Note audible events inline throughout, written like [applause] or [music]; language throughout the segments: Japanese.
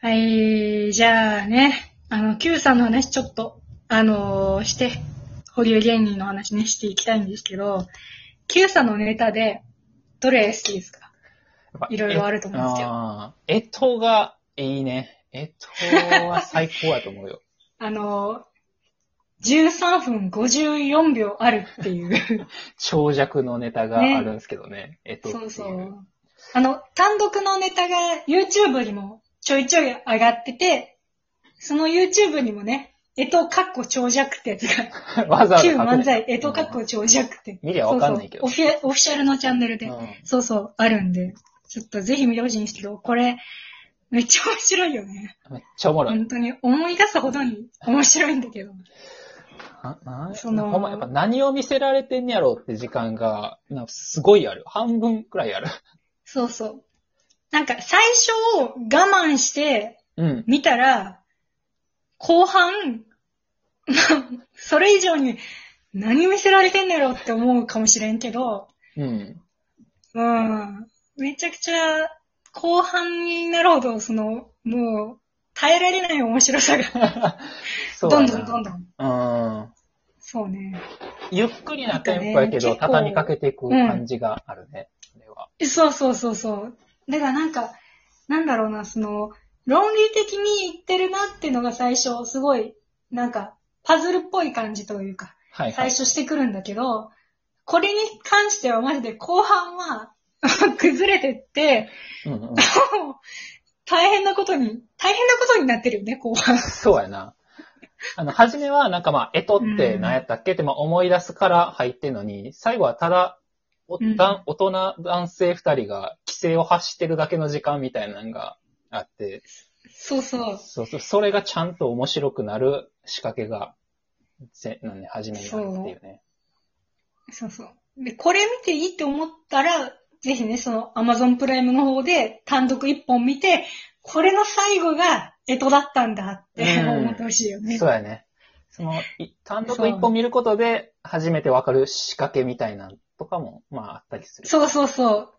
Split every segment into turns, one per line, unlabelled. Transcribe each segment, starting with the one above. はい、じゃあね、あの、Q さんの話ちょっと、あのーして、保留芸人の話ね、していきたいんですけど、Q さんのネタで、どれ好きですか
やっぱ
いろいろあると思うんですけど
あーえとがいいね。えとは最高やと思うよ。 [laughs]
あのー、13分54秒あるっていう。
長尺のネタがあるんですけどね。えとってい。
そううそう。あの、単独のネタが YouTube にもちょいちょい上がってて、その YouTube にもね、えとかっこ長尺ってやつが
[laughs] わざわざ書
旧
くね。
漫才、えとかっこ長尺って。
見りゃわかんないけど
そうそうオフィオフィシャルのチャンネルで、
うん
そうそう、あるんで、ちょっとぜひ見てほしいんですけど、これ、めっちゃ面白いよね。
めっちゃおもろい。
本当に思い出すほどに面白いんだけど。
なな
その
ほんまやっぱ何を見せられてんやろうって時間が、なんかすごいある。半分くらいある。 [laughs]
そうそう。なんか最初を我慢して
うん。
見たら、後半、 [laughs] まあそれ以上に何見せられてんだろうって思うかもしれんけど、
うん。 [laughs]
うん。めちゃくちゃ、後半になるほど、その、もう、耐えられない面白さが、
そ
どんどんどん
ど
どん。
ん。うん。
そうね。
ゆっくりなテンポやけど、
なんかね結構
畳みかけていく感じがあるね。これは。
そうそうそうそう。だからなんか、なんだろうな、その、論理的に言ってるなっていうのが最初、すごい、なんか、パズルっぽい感じというか、
はい、は
最
い。
初してくるんだけど、これに関してはマジで後半は、 [laughs] 崩れてって、
うんうん、
もう大変なことに、大変なことになってるよね、後半。
そうやな。あの、初めはなんかまあ、えとって何やったっけってまあ思い出すから入ってんのに、最後はただ、お
うん
だん大人男性二人が規制を発してるだけの時間みたいなのがあって、
そうそう。
そうそう、それがちゃんと面白くなる仕掛けが、ぜなんね、初めにあるっていうね。
そうそう。で、これ見ていいって思ったら、ぜひね、その Amazon プライムの方で単独一本見て、これの最後がエトだったんだって
うん
思ってほしいよね。
そうやね。その、い単独一本見ることで、初めてわかる仕掛けみたいなのとかも、まあ、あったりする。
そうそうそう。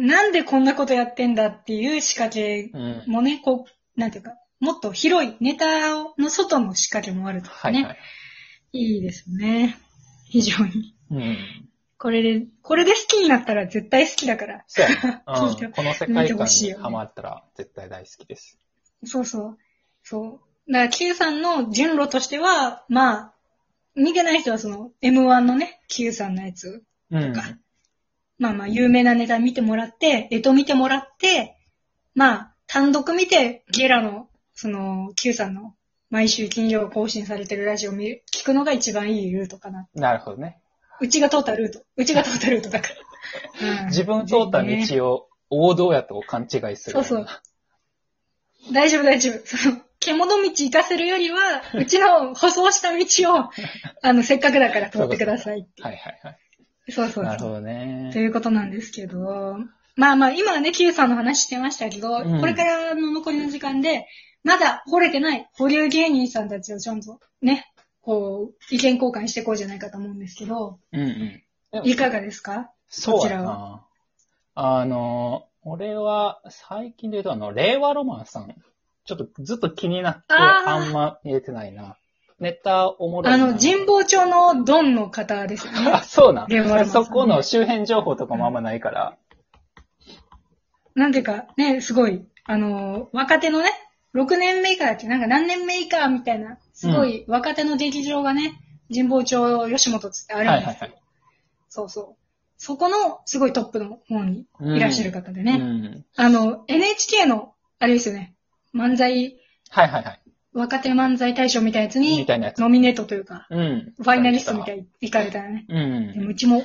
なんでこんなことやってんだっていう仕掛け
うん。
もね、こう、なんていうか、もっと広いネタの外の仕掛けもあると
は
か
い、
ね。
はい。
いいですね。非常に。
うん。
これで、これで好きになったら絶対好きだから。 [laughs]
そうやね
聞
う
いて
ん、この世
見
界
てほ
観
しい
に
よね
ハマったら絶対大好きです。
そうそう。そう。だから、Q さんの順路としては、まあ、見てない人はその、M1 のね、Q さんのやつ、
うん。
まあまあ、有名なネタ見てもらって、絵と見てもらって、まあ、単独見て、ゲラの、その、Q さんの、毎週金曜更新されてるラジオ見る、聞くのが一番いいルートかな。
なるほどね。
うちが通ったルート。うちが通ったルートだから。うん
自分通った
ぜひね
道を王道やと勘違いする。
そうそう大丈夫、大丈夫。その、獣道行かせるよりは、
[laughs]
うちの舗装した道を、あの、せっかくだから通ってくださいっていう
はいはいはい。
そうそう
なる
そ
ほ
う。
ど
と
ね。
いうことなんですけど、まあまあ、今はね、Q さんの話してましたけど、
うん
これからの残りの時間で、まだ掘れてない保留芸人さんたちをちゃんとね、こう、意見交換していこうじゃないかと思うんですけど、
うんうん。でも
いかがですか
そうや
こちら
な。あの、俺は最近で言うとあの、令和ロマンさん。ちょっとずっと気になって、
あー
あんま言えてないな。ネタおもろい
あ
な。
の、神保町のドンの方ですよね
あ、。そうなん
令和ロマンさん
そこの周辺情報とかもあんまないから。
なんていうか、ね、すごい、あのー若手のね、6年目以下だっけなんか何年目以下みたいな、すごい若手の劇場がね、神保町吉本つってあ
は
る
い
んです
は
よ
いはい。
そうそう。そこの、すごいトップの方にいらっしゃる方でね。
うん。
あの、NHK の、あれですよね、漫才、
はいはいはい。
若手漫才大賞みたいなやつに
み、たいなやつ。
ノミネートというか、
うん。
ファイナリストみたいに行かれたらね。
う
でも
ん。
うちも、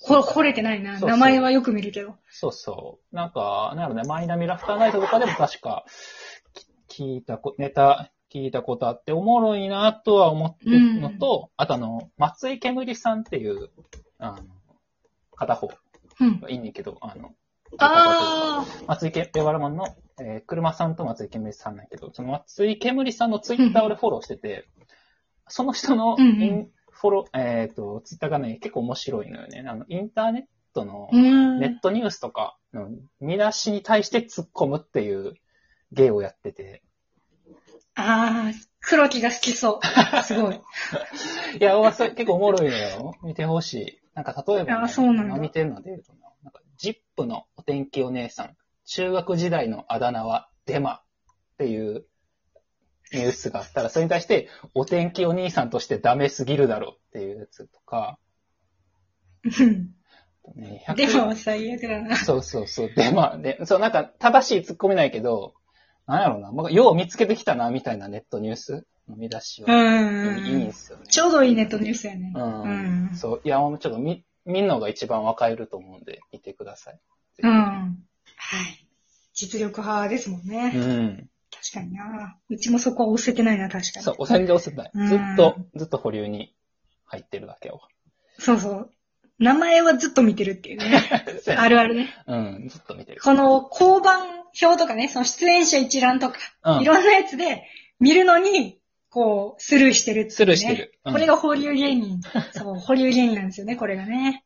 ほ、惚れてないな。
そうそう
名前はよく見るけど。
そうそう。なんか、なんやろね、マイナミラフターナイトとかでも確か、き聞いたこ、ネタ聞いたことあって、おもろいなとは思ってるのと、あとあの、松井けむりさんっていう、あの、片方
うん。
がいいねんけど、あの、
あ
松井け、レバラマンの、えー、車さんと松井けむりさんなんやけど、その松井けむりさんのツイッター俺フォローしてて、その人の
う
イ
ん
ン、
うん
フォロー、えっ、と、ツイッターがね、結構面白いのよね。あの、インターネットの
あ、う、ん。
ネットニュースとかの見出しに対して突っ込むっていう芸をやってて、
ああ、黒木が好き
[laughs]
そう。すごい。
いや、俺それ結構おもろいのよ。見てほしい。なんか例えば、ね、
あそうなんだ
今見てるので言うとな、なんか、ジップのお天気お姉さん、中学時代のあだ名はデマっていうニュースがあったら、それに対して、お天気お兄さんとしてダメすぎるだろっていうやつとか、
うん
ね、
デマは最悪だな。
そうそうそう、デマ。で、そう、なんか、正しい突っ込めないけど、なんやろうな、僕、よう見つけてきたな、みたいなネットニュースの見出し
う
は、
んうん
いい
うんん。
すよね。
ちょうどいいネットニュースやね。
うん
うん
そう、いや、もうちょっと見、見るのが一番わかると思うんで、見てください。ぜ
う
ひ
ん。はい。実力派ですもんね。
うん。
確かにな。うちもそこは押せてないな、確かに。
そう、お線で押せない。ずっと、ずっと保留に入ってるだけを。
そうそう。名前はずっと見てるっていう
[laughs]
ね。あるあるね。
うん、ずっと見てる。
この交番表とかね、その出演者一覧とか、
うん
いろんなやつで見るのに、こう、スルーしてるっていう、ね。
スルーして。る。うん
これが保留芸
[laughs]
人。そう、保留芸人なんですよね、これがね。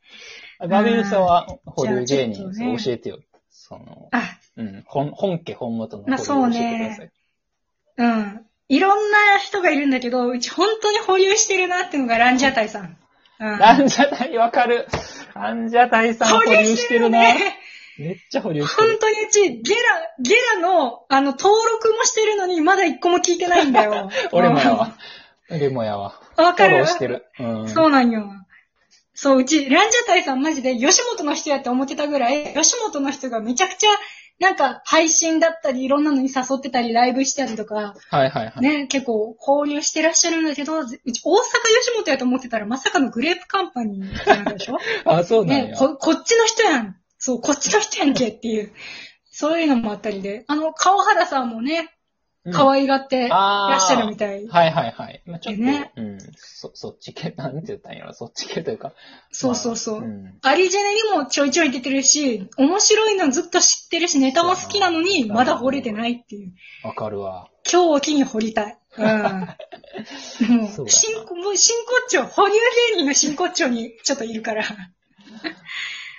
ガビルさんは保留芸
じゃ
人、
あちょっとね
そう教えてよ。その、
あ、
うん、本本家本元の
まあ
保留教えてください。
うん。いろんな人がいるんだけど、うち本当に保留してるなっていうのがランジャタイさん。うん。
ランジャタイわかる。ランジャタイさん保留してるな。
ね。
めっちゃ保留して
本
る。。
当にうち、ゲラ、ゲラの、あの、登録もしてるのに、まだ一個も聞いてないんだよ
[laughs] 俺もやわ。俺もやわ。
うん。わ
フ
か
ォロ
る
ーしてる。うん。
そうなんよ。そう、うち、ランジャタイさんマジで吉本の人やって思ってたぐらい、吉本の人がめちゃくちゃ、なんか、配信だったり、いろんなのに誘ってたり、ライブしたりとか、
はいはいはい。
ね、結構交流してらっしゃるんだけど、うち大阪吉本やと思ってたら、まさかのグレープカンパニーなんでし
[laughs]
ょ
あ、そうなん
ね
や。
こ、こっちの人やん。そう、こっちの人やんけっていう、そういうのもあったりで、あの、川原さんもね、可
い
愛がってらっしゃるみたい。
はいはいはい。まあ、ちょっと、
ね
うん。そ、そっち系、なんて言ったんやろ、そっち系というか。
そうそうそう。
まあん
アリジェネにもちょいちょい出てるし、面白いのずっと知ってるし、ネタも好きなのに、まだ掘れてないっていう。
わかるわ。
今日を機に掘りたい。うん。も
そ
う、
うだな
進行、もう進行長、保留芸人の進行長にちょっといるから。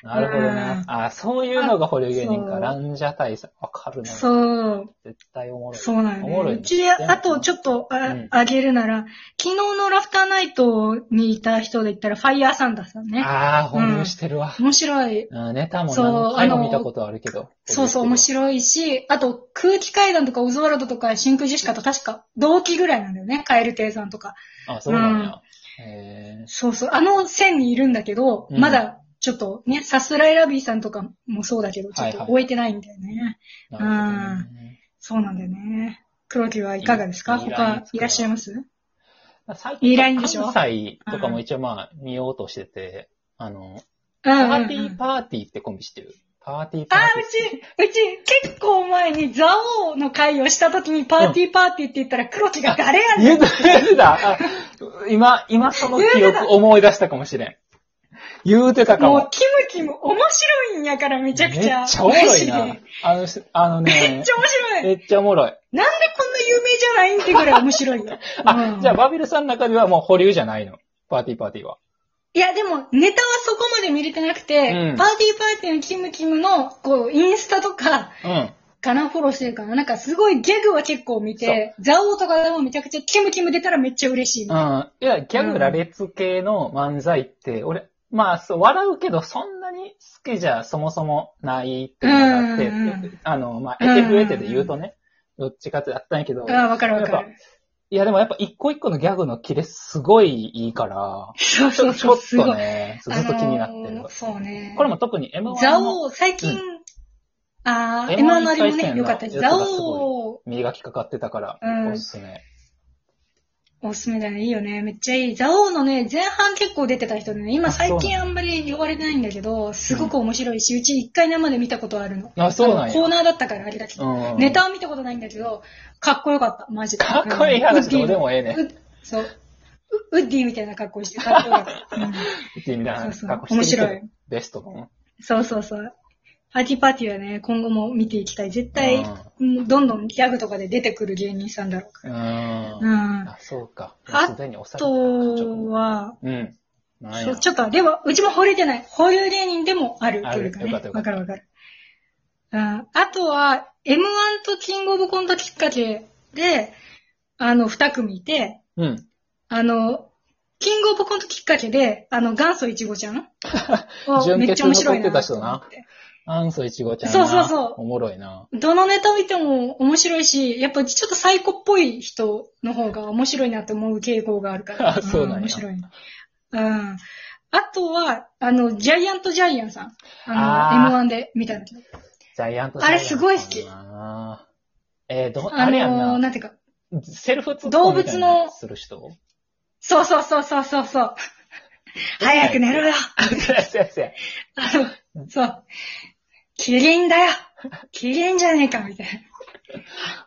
なるほどな。あ、そういうのが保留芸人
そ
か。
う
ランジャタイさん。わかるな。
そう、
絶対おもろい。
そうなん
おも
よ、
ろい
ね。
な
うち、あとちょっとあ,、
うん
げるなら、昨日のラフターナイトにいた人で言ったら、ファイヤーサンダーさんね。
ああ、保留してるわ。
面白い
うん、ネタも
そう
何回
あ
も
の
見たことあるけど。
そうそう、面
い。
白いし、あと、空気階段とかオズワルドとか真空ジェシカと確か同期ぐらいなんだよね、カエル亭さんとか。
あ、そうなんや。へえ。
そうそう、あの線にいるんだけど、
うん
まだちょっとね、さすらいラビーさんとかもそうだけど、ちょっ
はいは
と
い
終えてないんだよね。
なるほどね。
そうなんだよね。黒木はいかがですか
いいライン
他
作ろう
いらっしゃいます
最
いいラインでしょ
関西とかも一応まあ見ようとしてて、あの、
うん
パ
うんうん。
ーティーパーティーってコンビしてる。パーティーパ
あ
ー
あ、
テ
う
ィ
ち、うち、結構前にザオの会をした時にパーティーパーティーって言ったら黒木が誰や
ー。
ねん
言うて言うてたあ今、今その記
言うてた
憶思い出したかもしれん。言うてたか
もう
も。
キムキム面白いんやからめちゃくちゃ。
めっちゃおもろい
マジ
な
で。
あのし、あの
めっ
ね
ち、ゃ面白い。
めっちゃおもろい。。
なんでこんな有名じゃないんってぐらい面白いよ
あ
う、ん
じゃあバビルさんの中ではもう保留じゃないの。パーティーパーティーは。
いや、でも、ネタはそこまで見れてなくて、
うん
パーティーパーティーのキムキムの、こう、インスタとか、
うん。
かな、フォローしてるかな。なんか、すごいギャグは結構見て、ザオとかでもめちゃくちゃ、キムキム出たらめっちゃ嬉しい。
うん。いや、ギャグ羅列系の漫才って、俺、まあ、そう、笑うけど、そんなに好きじゃそもそもないっていうのがあって、
うんうん
あの、まあ、得て不得てで言うとね、どっちかってやったんやけど、
ああ、わかるわか
やっ
る。
いや、でもやっぱ一個一個のギャグのキレすごいいい
[laughs]
から、
そう
ち
そ
ょ
う
ち
そ
ょ
う、
っ
すごい。
とね、ずっと気になってる。
あのーそうね。
これも特に M1
ザ
の
オ、最近、
う
ああ、
M1
今のあれも
一回戦
ね、
の
よかったです。
や
ザ
つがすご
オ、
磨きかかってたから、
うん
おすすめ。
おすすめだね。いいよね。めっちゃいい。ザオのね、前半結構出てた人でね、今
あそうな
最
ん
近あんまり呼ばれてないんだけど、すごく面白いし、うち一回生で見たことあるの。
あ、そうなん
あの
や。
コーナーだったからあれだけど。
うん
ネタは見たことないんだけど、かっこよかった。マジで。
かっこいい話どうでもええねん
うんウッディウッそう。ウウッディみたいな格好してかっこよか
[laughs]
った。うん
ってみたいな
そうそう
格好してるけ
面
ど、ベストだもん。
そうそうそう。パーティーパーティーはね、今後も見ていきたい。絶対、うんどんどんギャグとかで出てくる芸人さんだろうか
うん。
ら。うん。あ
あ、そうか。もう
あ
すでに押されたかちょっ
とは、
うん。なん
そ
や
うちょっと、でも、うちも掘れてない。保留芸人でもある
あ
と
る
いうかね。
よかったよか
わ
った
かるわかる。うんあとは、M1 とキングオブコントきっかけで、あの、二組いて、
うん。
あの、キングオブコントきっかけで、あの、元祖いちご
[laughs]
ちゃんを
準
めっちゃ面白いな
決残ってた
と
人
思
な
って。
アンソイチゴちゃんな。
そうそうそう
おもろいな。
どのネタ見ても面白いし、やっぱちょっとサイコっぽい人の方が面白いなと思う傾向があるから。
あそうなんや
面白い。うん。あとは、あの、ジャイアントジャイアンさん。あの、
あ
M1 で見たんだけど。
ジャイアント
あれすごい好き
ジャイアントさんな。えー、ど、
あ
あれやん
の、
な。
なんていうか。
セルフツッコミみたいな
動物の
する人
そうそうそうそうそうそう。早く寝ろよ。
そうやそうやそうや。
あの、そう。キリンだよ。キリンじゃねえか、みたいな。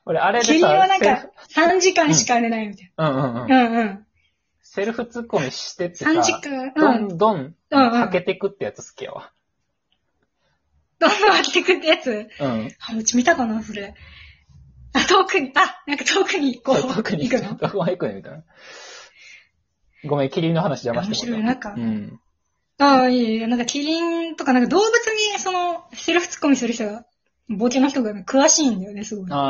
俺、あれ
キ
で
リン
さ、
はなん
セルフ
か、3時間しか寝ないみたい
うんうんうん。
な。うんうん。
セルフツッコミしてってさ、
3時間、
ど
うん。
んどん、
うん
かけてくってやつ好きやわ。
どんどん開けてくってやつ。
うん。
あ、うち見たかな、それ。あ、遠くに、あ、なんか遠くにこう、
そう特に、
行くの
どこまで行くのみたいな。ごめん、キリンの話邪魔してもらった
面白
うん。
ああ、いえいえ、なんかキリンとか、なんか動物に、その、セルフツッコミする人が、ボケの人が詳しいんだよね、すごい。なん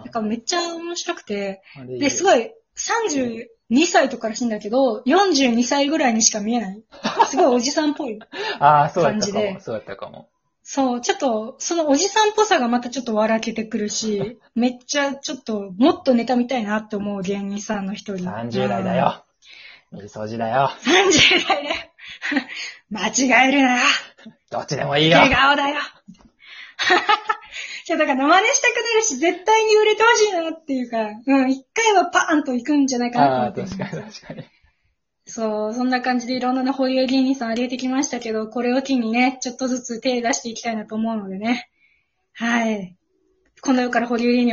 あ
かめっちゃ面白くて。
あ。
で、す
い。
ごい、32歳とからしいんだけど、42歳ぐらいにしか見えない。すごいおじさんっぽい。 [laughs]
ああ、そうやっ
感
たか
じ
も。
で
そうやったかも。
そう、ちょっと、そのおじさんっぽさがまたちょっと笑けてくるし、めっちゃちょっと、もっとネタ見たいなって思う芸人さんの一人。
30代だよ。水掃除だよ。
うん。30代だよ。間違えるな。
どっちでもいいよ。
笑顔だよ。じゃだから真似したくなるし、絶対に売れてほしいなっていうか、うん、一回はパーンと行くんじゃないかなと
あ
思
あ、
ってる。
確かに確かに。
そう、そんな感じでいろんなね、保有芸人さんありえてきましたけど、これを機にね、ちょっとずつ手出していきたいなと思うのでね。はい。この世から保有芸人を